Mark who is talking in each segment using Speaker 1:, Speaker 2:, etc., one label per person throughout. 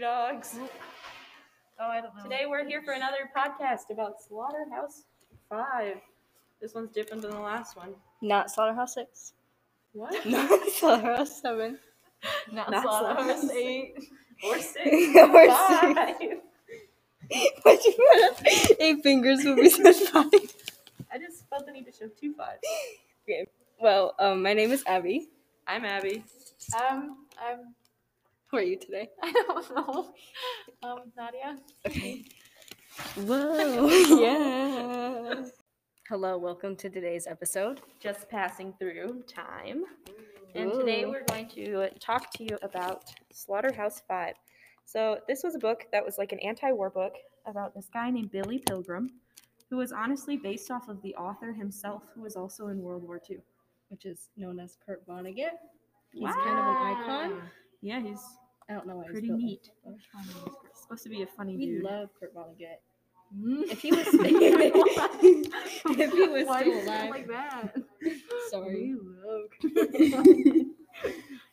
Speaker 1: dogs.
Speaker 2: Oh, I don't know.
Speaker 1: Today we're here for another podcast about Slaughterhouse Five. This one's different than the last one.
Speaker 3: Not Slaughterhouse 6.
Speaker 1: What?
Speaker 3: Not Slaughterhouse 7.
Speaker 2: not,
Speaker 1: Not
Speaker 2: Slaughterhouse
Speaker 1: Slaughterhouse.
Speaker 2: Eight.
Speaker 1: Or six.
Speaker 3: or
Speaker 1: Five.
Speaker 3: six. But you put up eight fingers when we said five.
Speaker 1: I just felt the need to show two fives.
Speaker 3: Well, um, my name is Abby.
Speaker 1: I'm Abby.
Speaker 2: Um, I'm.
Speaker 3: Who are you today?
Speaker 2: I don't know. Um, Nadia.
Speaker 3: Okay. Whoa. yeah. Hello, welcome to today's episode.
Speaker 1: Just passing through time. And today
Speaker 3: Ooh.
Speaker 1: we're going to uh, talk to you about Slaughterhouse Five. So, this was a book that was like an anti war book about this guy named Billy Pilgrim, who was honestly based off of the author himself, who was also in World War II.
Speaker 3: Which is known as Kurt Vonnegut. He's kind of an icon.
Speaker 1: Yeah, he's
Speaker 3: I don't know why he's
Speaker 1: pretty
Speaker 3: built like
Speaker 1: neat.
Speaker 3: that.
Speaker 1: Supposed to be a funny
Speaker 3: We
Speaker 1: dude.
Speaker 3: love Kurt Vonnegut.
Speaker 2: Mm.
Speaker 3: If he was, if he was
Speaker 2: Why do
Speaker 3: still
Speaker 2: you sound
Speaker 3: alive,
Speaker 2: like that?
Speaker 3: sorry.
Speaker 2: love.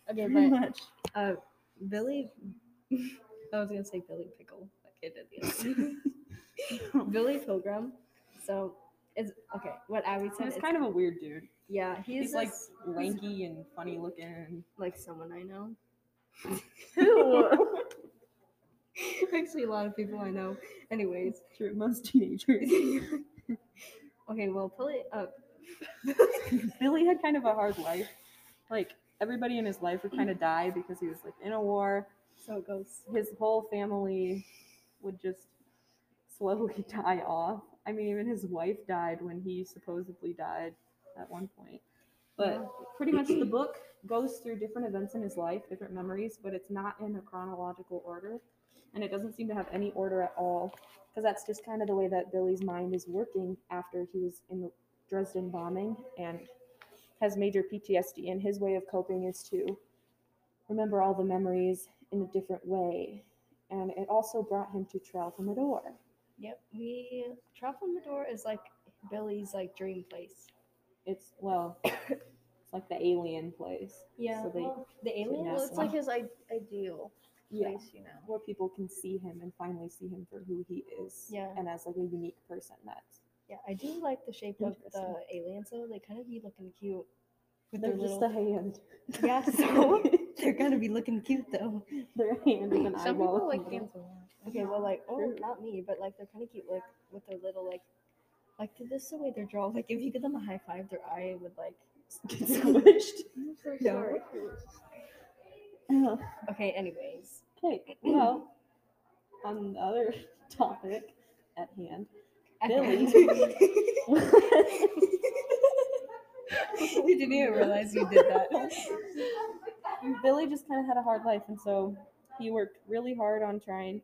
Speaker 3: Okay,
Speaker 1: Pretty
Speaker 3: but
Speaker 1: much.
Speaker 3: uh, Billy. I was gonna say Billy Pickle. Like it did the other- Billy Pilgrim. So it's okay. What Abby said.
Speaker 1: He's
Speaker 3: is-
Speaker 1: kind of a weird dude.
Speaker 3: yeah. He's,
Speaker 1: He's, like
Speaker 3: just
Speaker 1: lanky and funny looking.
Speaker 3: like someone I know.
Speaker 1: Who?
Speaker 3: Actually, a lot of people I know. Anyways.
Speaker 1: True, most teenagers.
Speaker 3: okay. Well, pull it up.
Speaker 1: Billy had kind of a hard life. Like everybody in his life would kind of die because he was like in a war.
Speaker 3: So it goes.
Speaker 1: His whole family would just slowly die off. I mean, even his wife died when he supposedly died at one point. But
Speaker 3: Yeah.
Speaker 1: pretty much the book goes through different events in his life, different memories, but it's not in a chronological order. And it doesn't seem to have any order at all, because that's just kind of the way that Billy's mind is working after he was in the Dresden bombing and has major PTSD. And his way of coping is to remember all the memories in a different way. And it also brought him to Trail from the Door.
Speaker 3: Yep. We Trafalmador is like Billy's like dream place.
Speaker 1: It's, well, it's like the alien place.
Speaker 3: Yeah.
Speaker 1: So they-
Speaker 3: well, the alien.
Speaker 1: Yeah,
Speaker 3: Well, it's like
Speaker 1: so-
Speaker 3: his I- ideal
Speaker 1: Yeah.
Speaker 3: place, you know.
Speaker 1: where people can see him and finally see him for who he is
Speaker 3: Yeah.
Speaker 1: and as like a unique person that's
Speaker 3: Yeah, I do like the shape of the
Speaker 1: Interesting.
Speaker 3: aliens though. They kind of be looking cute. With
Speaker 1: they're
Speaker 3: their
Speaker 1: just
Speaker 3: little,
Speaker 1: a hand
Speaker 3: yeah, so they're gonna be looking cute though.
Speaker 1: their hand with an
Speaker 2: Some
Speaker 1: eyeball
Speaker 2: people
Speaker 1: in
Speaker 2: like
Speaker 1: the middle.
Speaker 2: dance a lot.
Speaker 3: Okay, well, like, oh,
Speaker 1: True.
Speaker 3: not me, but like they're kind of cute, like with their little like, like this is the way they're drawn. Like if you give them a high five, their eye would like.
Speaker 1: Get squished
Speaker 3: I'm so
Speaker 1: Yeah.
Speaker 3: sorry.
Speaker 1: Uh,
Speaker 3: Okay, anyways,
Speaker 1: okay well on the other topic at hand
Speaker 3: at
Speaker 1: Billy.
Speaker 3: hand- you didn't even realize you did that.
Speaker 1: Billy just kind of had a hard life, and so he worked really hard on trying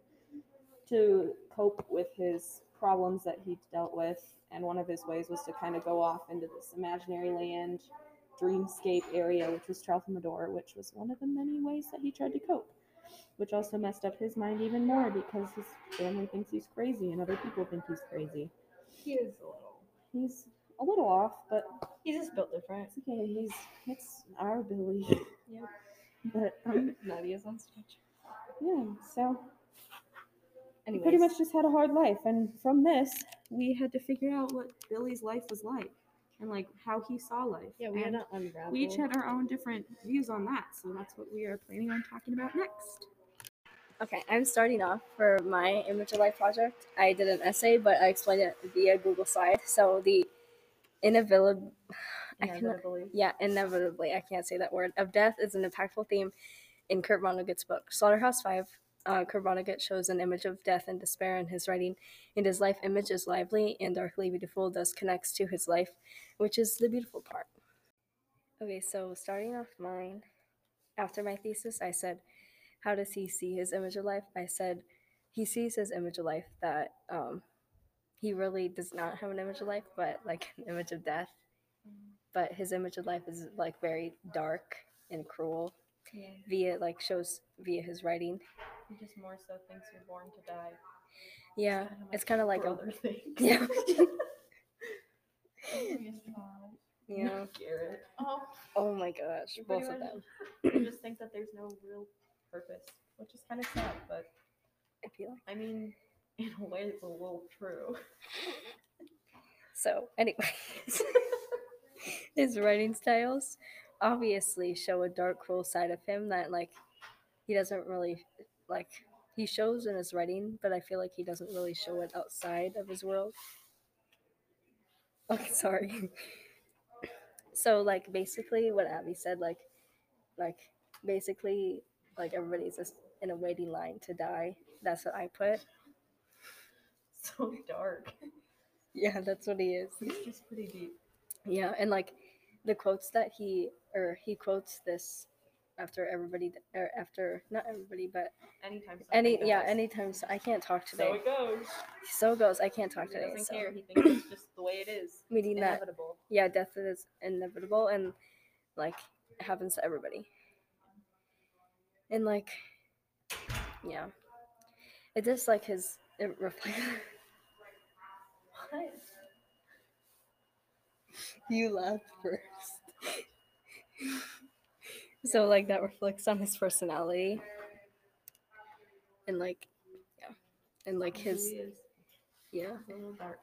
Speaker 1: to cope with his problems that he dealt with. And one of his ways was to kind of go off into this imaginary land, dreamscape area, which was Tralfamador, which was one of the many ways that he tried to cope, which also messed up his mind even more because his family thinks he's crazy and other people think he's crazy.
Speaker 3: He is a little.
Speaker 1: He's a little off, but
Speaker 3: He's just built different.
Speaker 1: it's okay. He's it's our Billy.
Speaker 3: Yeah.
Speaker 1: But um,
Speaker 3: Nadia's on stretch.
Speaker 1: yeah, so he
Speaker 3: Anyways,
Speaker 1: pretty much just had a hard life. And from this, we had to figure out what Billy's life was like and like how he saw life.
Speaker 3: Yeah, we had
Speaker 1: and
Speaker 3: to unravel.
Speaker 1: we each had our own different views on that. So that's what we are planning on talking about next.
Speaker 3: Okay, I'm starting off for my Image of Life project. I did an essay, but I explained it via Google Slide. So the inevitable, I cannot,
Speaker 2: Inevitably.
Speaker 3: yeah, inevitably, I can't say that word, of death is an impactful theme in Kurt Vonnegut's book, Slaughterhouse Five. Uh, Kurt Vonnegut shows an image of death and despair in his writing, and his life image is lively and darkly beautiful, thus connects to his life, which is the beautiful part. Okay, so starting off mine, after my thesis, I said, How does he see his image of life? I said, He sees his image of life that um, he really does not have an image of life, but like an image of death. But his image of life is like very dark and cruel
Speaker 2: Yeah.
Speaker 3: via like shows via his writing.
Speaker 2: He just more so thinks you're born to die.
Speaker 3: Yeah, it's kind of like a
Speaker 2: other things. Oh
Speaker 3: yeah, yeah.
Speaker 2: Yeah. Garrett. Oh.
Speaker 3: Oh my gosh, both of them.
Speaker 2: them. just think that there's no real purpose, which is kind of sad, but feel like.
Speaker 3: I mean, in a way, it's a little true.
Speaker 2: So, anyways, his writing styles obviously show a dark, cruel side of him that, like, he doesn't really, like, he shows in his writing, but I feel like he doesn't really show it outside of his world. Okay, sorry. so, like, basically, what Abby said, like, like, basically, like, everybody's just in a waiting line to die. That's what I put.
Speaker 3: So dark.
Speaker 2: Yeah, that's what he is.
Speaker 3: It's just pretty deep.
Speaker 2: Yeah, and like the quotes that he or he quotes this after everybody d- or after not everybody but
Speaker 3: Anytime.
Speaker 2: any
Speaker 3: something
Speaker 2: yeah
Speaker 3: goes.
Speaker 2: anytime so I can't talk today.
Speaker 3: So it goes.
Speaker 2: So goes I can't talk
Speaker 3: He
Speaker 2: today.
Speaker 3: doesn't
Speaker 2: So
Speaker 3: care. He thinks it's just the way it is.
Speaker 2: meaning that
Speaker 3: Inevitable.
Speaker 2: yeah, death is inevitable and like it happens to everybody. And like yeah. It just like his it reflects
Speaker 3: What?
Speaker 2: you laughed first. so like that reflects on his personality. And like yeah. And like
Speaker 3: He
Speaker 2: his
Speaker 3: is
Speaker 2: yeah.
Speaker 3: a little dark.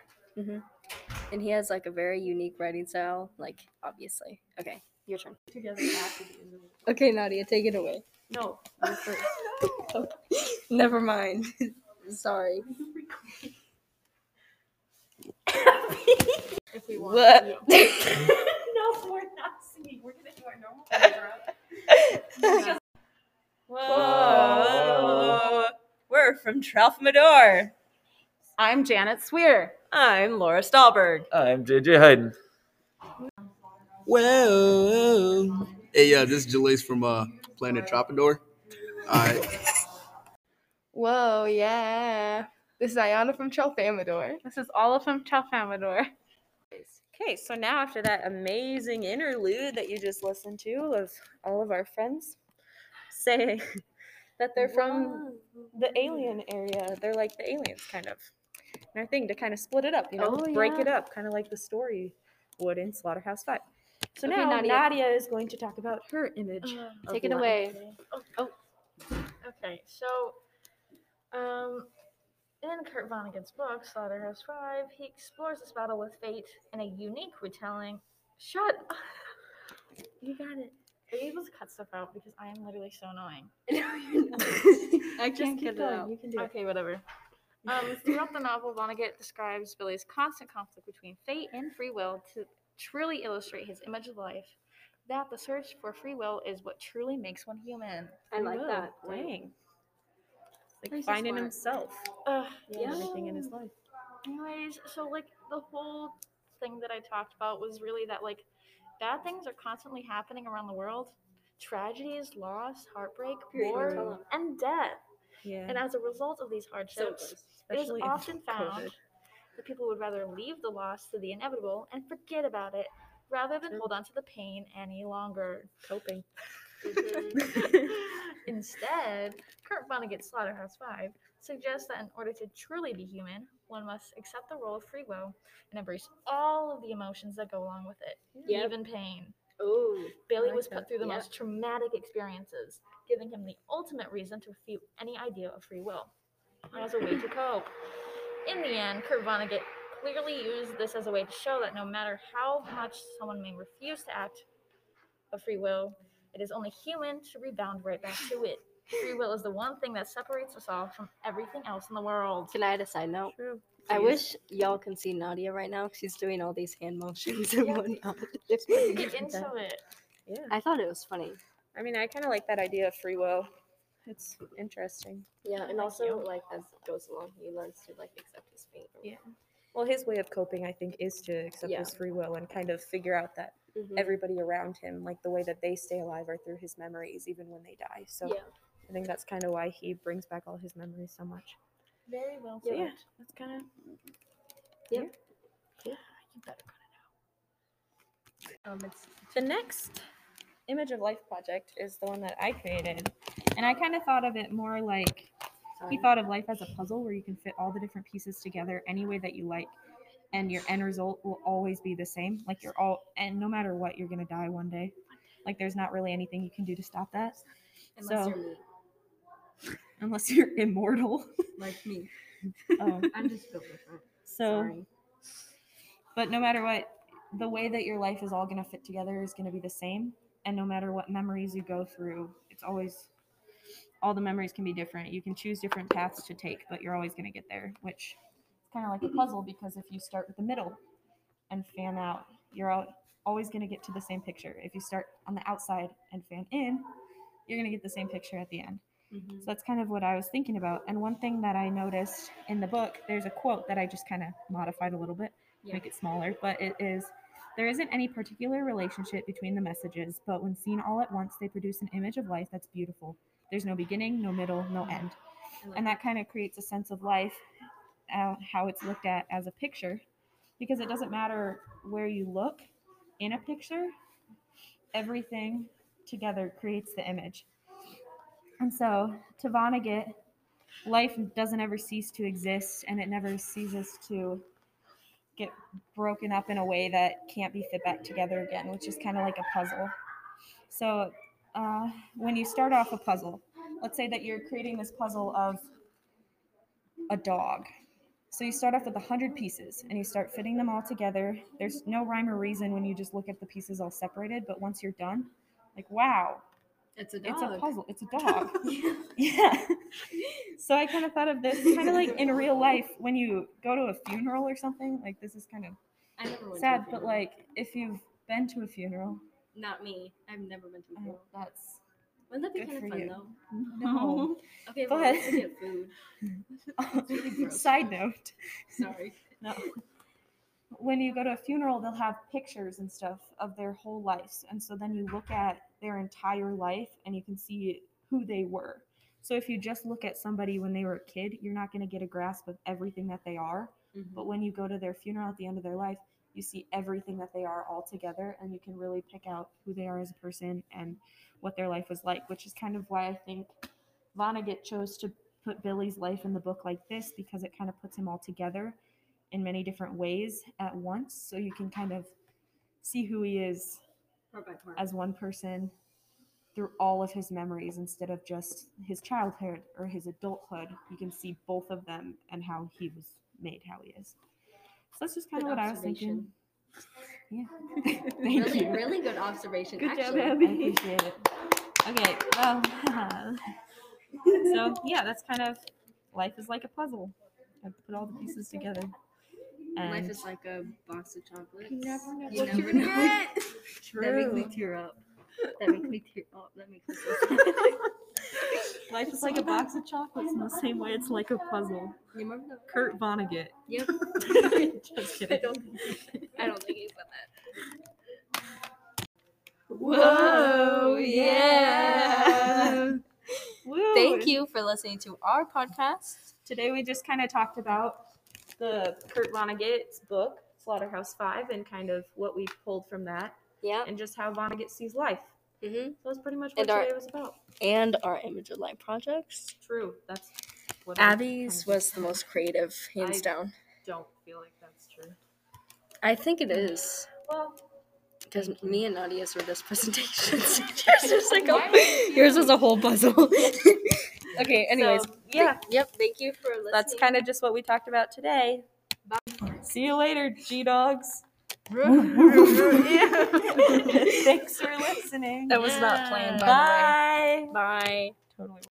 Speaker 2: And he has like a very unique writing style, like obviously. Okay, your turn.
Speaker 3: Together after the end of it.
Speaker 2: Okay, Nadia, take it away.
Speaker 3: No.
Speaker 2: You're first. Never mind. Sorry.
Speaker 3: If we want.
Speaker 2: What?
Speaker 3: to. no, we're not singing. We're gonna do our normal background.
Speaker 1: Whoa. We're from Tralfamador.
Speaker 4: I'm Janet Sweer.
Speaker 1: I'm Laura Stahlberg.
Speaker 5: I'm JJ Hyden.
Speaker 6: Whoa. Hey, yeah, this is Jalees from uh, Planet Tropador. All right.
Speaker 7: Whoa, yeah. This is Ayana from Chelfamador.
Speaker 4: This is Olive from Chalfamador.
Speaker 1: Okay, so now after that amazing interlude that you just listened to of all of our friends saying that they're from the alien area, they're like the aliens, kind of. And I think to kind of split it up, you know,
Speaker 4: Oh,
Speaker 1: break it
Speaker 4: yeah.
Speaker 1: up, kind of like the story would in Slaughterhouse Five. So
Speaker 4: Okay,
Speaker 1: now
Speaker 4: Nadia.
Speaker 1: Nadia. is going to talk about her image. of
Speaker 4: Take it
Speaker 1: Lana.
Speaker 4: away. Okay, so um, in Kurt Vonnegut's book, Slaughterhouse Five, he explores this battle with fate in a unique retelling. Shut up. You got it. Are you able to cut stuff out? Because I am literally so annoying.
Speaker 2: I
Speaker 1: Just keep going. You can do it.
Speaker 4: Okay, whatever. Um, throughout the novel, Vonnegut describes Billy's constant conflict between fate and free will to truly illustrate his image of life. That the search for free will is what truly makes one human.
Speaker 2: I like
Speaker 1: Whoa,
Speaker 2: that.
Speaker 1: Dang. Like
Speaker 4: He's so
Speaker 1: finding
Speaker 4: smart.
Speaker 1: himself
Speaker 4: Ugh,
Speaker 1: and everything in his life.
Speaker 4: Anyways, so like the whole thing that I talked about was really that like bad things are constantly happening around the world. Tragedies, loss, heartbreak,
Speaker 2: Period. Tell
Speaker 4: war,
Speaker 2: 'em.
Speaker 4: and death.
Speaker 1: Yeah.
Speaker 4: And as a result of these hardships, It is
Speaker 1: especially in
Speaker 4: often found
Speaker 1: COVID.
Speaker 4: that people would rather leave the loss to the inevitable and forget about it rather than
Speaker 1: True.
Speaker 4: hold on to the pain any longer.
Speaker 1: coping.
Speaker 4: Instead, Kurt Vonnegut's Slaughterhouse 5 suggests that in order to truly be human, one must accept the role of free will and embrace all of the emotions that go along with it,
Speaker 2: Yep.
Speaker 4: even pain.
Speaker 2: Oh,
Speaker 4: Billy
Speaker 1: like
Speaker 4: was
Speaker 1: that.
Speaker 4: put through the
Speaker 2: Yeah.
Speaker 4: most traumatic experiences, giving him the ultimate reason to refute any idea of free will as a way to cope. In the end, Kurt Vonnegut clearly used this as a way to show that no matter how much someone may refuse to act of free will, it is only human to rebound right back to it. Free will is the one thing that separates us all from everything else in the world.
Speaker 2: can I add a side note?
Speaker 1: True.
Speaker 2: I
Speaker 1: Please.
Speaker 2: wish y'all can see Nadia right now. 'cause She's doing all these hand motions and
Speaker 4: Yeah.
Speaker 2: whatnot.
Speaker 4: Get into it.
Speaker 1: Yeah.
Speaker 2: I thought it was funny.
Speaker 1: I mean, I kind of like that idea of free will. It's interesting.
Speaker 2: Yeah,
Speaker 4: and also,
Speaker 2: like as goes along, he learns to like accept his fate.
Speaker 1: Yeah. Well, his way of coping, I think, is to accept
Speaker 2: Yeah.
Speaker 1: his free will and kind of figure out that
Speaker 2: Mm-hmm.
Speaker 1: everybody around him, like the way that they stay alive, are through his memories, even when they die. So
Speaker 2: Yeah.
Speaker 1: I think that's kind of why he brings back all his memories so much.
Speaker 4: Very well
Speaker 1: So
Speaker 4: put.
Speaker 1: yeah, that's kind of
Speaker 4: You better cut
Speaker 1: Um, it's the next image of life project is the one that I created, and I kind of thought of it more like he thought of life as a puzzle where you can fit all the different pieces together any way that you like, and your end result will always be the same. Like you're all, and no matter what, you're gonna die one day. Like there's not really anything you can do to stop that.
Speaker 2: Unless
Speaker 1: so-
Speaker 2: you're me.
Speaker 8: unless you're immortal.
Speaker 5: like me.
Speaker 8: Um,
Speaker 5: I'm just built different.
Speaker 8: so,
Speaker 5: Sorry.
Speaker 1: But no matter what, the way that your life is all going to fit together is going to be the same. And no matter what memories you go through, it's always all the memories can be different. You can choose different paths to take, but you're always going to get there, which is kind of like a puzzle because if you start with the middle and fan out, you're al- always going to get to the same picture. If you start on the outside and fan in, you're going to get the same picture at the end. So that's kind of what I was thinking about. And one thing that I noticed in the book, there's a quote that I just kind of modified a little bit, to
Speaker 2: Yeah.
Speaker 1: make it smaller, but it is there isn't any particular relationship between the messages, but when seen all at once, they produce an image of life that's beautiful. There's no beginning, no middle, no end. And that kind of creates a sense of life, uh, how it's looked at as a picture, because it doesn't matter where you look in a picture, everything together creates the image. And so, to Vonnegut, life doesn't ever cease to exist and it never ceases to get broken up in a way that can't be fit back together again, which is kind of like a puzzle. So, uh, when you start off a puzzle, let's say that you're creating this puzzle of a dog. So, you start off with 100 pieces and you start fitting them all together. There's no rhyme or reason when you just look at the pieces all separated, but once you're done, like, wow,
Speaker 5: It's a dog.
Speaker 1: it's a puzzle. It's a dog. yeah. So I kind of thought of this kind of like in real life when you go to a funeral or something. Like this is kind of
Speaker 5: I never went to a
Speaker 1: sad, but
Speaker 5: funeral.
Speaker 1: like if you've been to a funeral,
Speaker 5: not me. I've never been to a
Speaker 1: oh,
Speaker 5: funeral.
Speaker 1: that's
Speaker 5: Wouldn't that be
Speaker 1: good
Speaker 5: kind
Speaker 1: for
Speaker 5: of fun
Speaker 1: you.
Speaker 5: though?
Speaker 1: no.
Speaker 5: Oh. Okay,
Speaker 1: Go
Speaker 5: well, let's
Speaker 1: ahead.
Speaker 5: get food. That's really gross.
Speaker 1: Side note.
Speaker 5: Sorry.
Speaker 1: No. When you go to a funeral, they'll have pictures and stuff of their whole lives. And so then you look at their entire life and you can see who they were. So if you just look at somebody when they were a kid, you're not going to get a grasp of everything that they are. But when you go to their funeral at the end of their life, you see everything that they are all together and you can really pick out who they are as a person and what their life was like, which is kind of why I think Vonnegut chose to put Billy's life in the book like this because it kind of puts him all together in many different ways at once. So you can kind of see who he is
Speaker 5: Part by part.
Speaker 1: as one person through all of his memories instead of just his childhood or his adulthood. You can see both of them and how he was made, how he is. So that's just kind of
Speaker 5: Good
Speaker 1: what I was thinking.
Speaker 5: observation.
Speaker 1: Yeah. Thank
Speaker 5: Really,
Speaker 1: you.
Speaker 5: really good observation.
Speaker 8: Good job,
Speaker 5: actually.
Speaker 8: Abby.
Speaker 1: I appreciate it. Okay, well, so yeah, that's kind of life is like a puzzle. I put all the pieces together. And
Speaker 5: Life is like a box of chocolates. You never know.
Speaker 4: what you
Speaker 5: what- That makes me tear up. That makes me tear up. That makes me. so sad.
Speaker 8: Life is like a box of chocolates in the same way it's like a puzzle.
Speaker 5: You remember that?
Speaker 8: Kurt Vonnegut.
Speaker 5: Yep.
Speaker 8: Just
Speaker 5: I
Speaker 8: kidding.
Speaker 5: don't. I don't think he's done that.
Speaker 7: Whoa, yeah.
Speaker 1: Woo!
Speaker 2: Thank you for listening to our podcast.
Speaker 1: Today we just kind of talked about the Kurt Vonnegut's book Slaughterhouse Five and kind of what we pulled from that,
Speaker 2: Yeah.
Speaker 1: and just how Vonnegut sees life.
Speaker 2: Mm-hmm.
Speaker 1: So that's pretty much what
Speaker 2: And our-
Speaker 1: today was about.
Speaker 2: and our image of life projects.
Speaker 1: True. That's what I
Speaker 2: Abby's was the most creative, hands
Speaker 1: I-
Speaker 2: down.
Speaker 1: don't feel like that's true.
Speaker 2: I think it is.
Speaker 1: Well,
Speaker 2: Because me and Nadia's were just presentations. yours, was like a, yours was a whole puzzle. okay, anyways.
Speaker 1: so, yeah,
Speaker 2: Yep, thank you for listening.
Speaker 1: that's kind of just what we talked about today. See you later, G Dogs. Thanks for listening.
Speaker 2: That was not planned, by the way.
Speaker 1: Bye.
Speaker 2: Bye.
Speaker 1: Totally.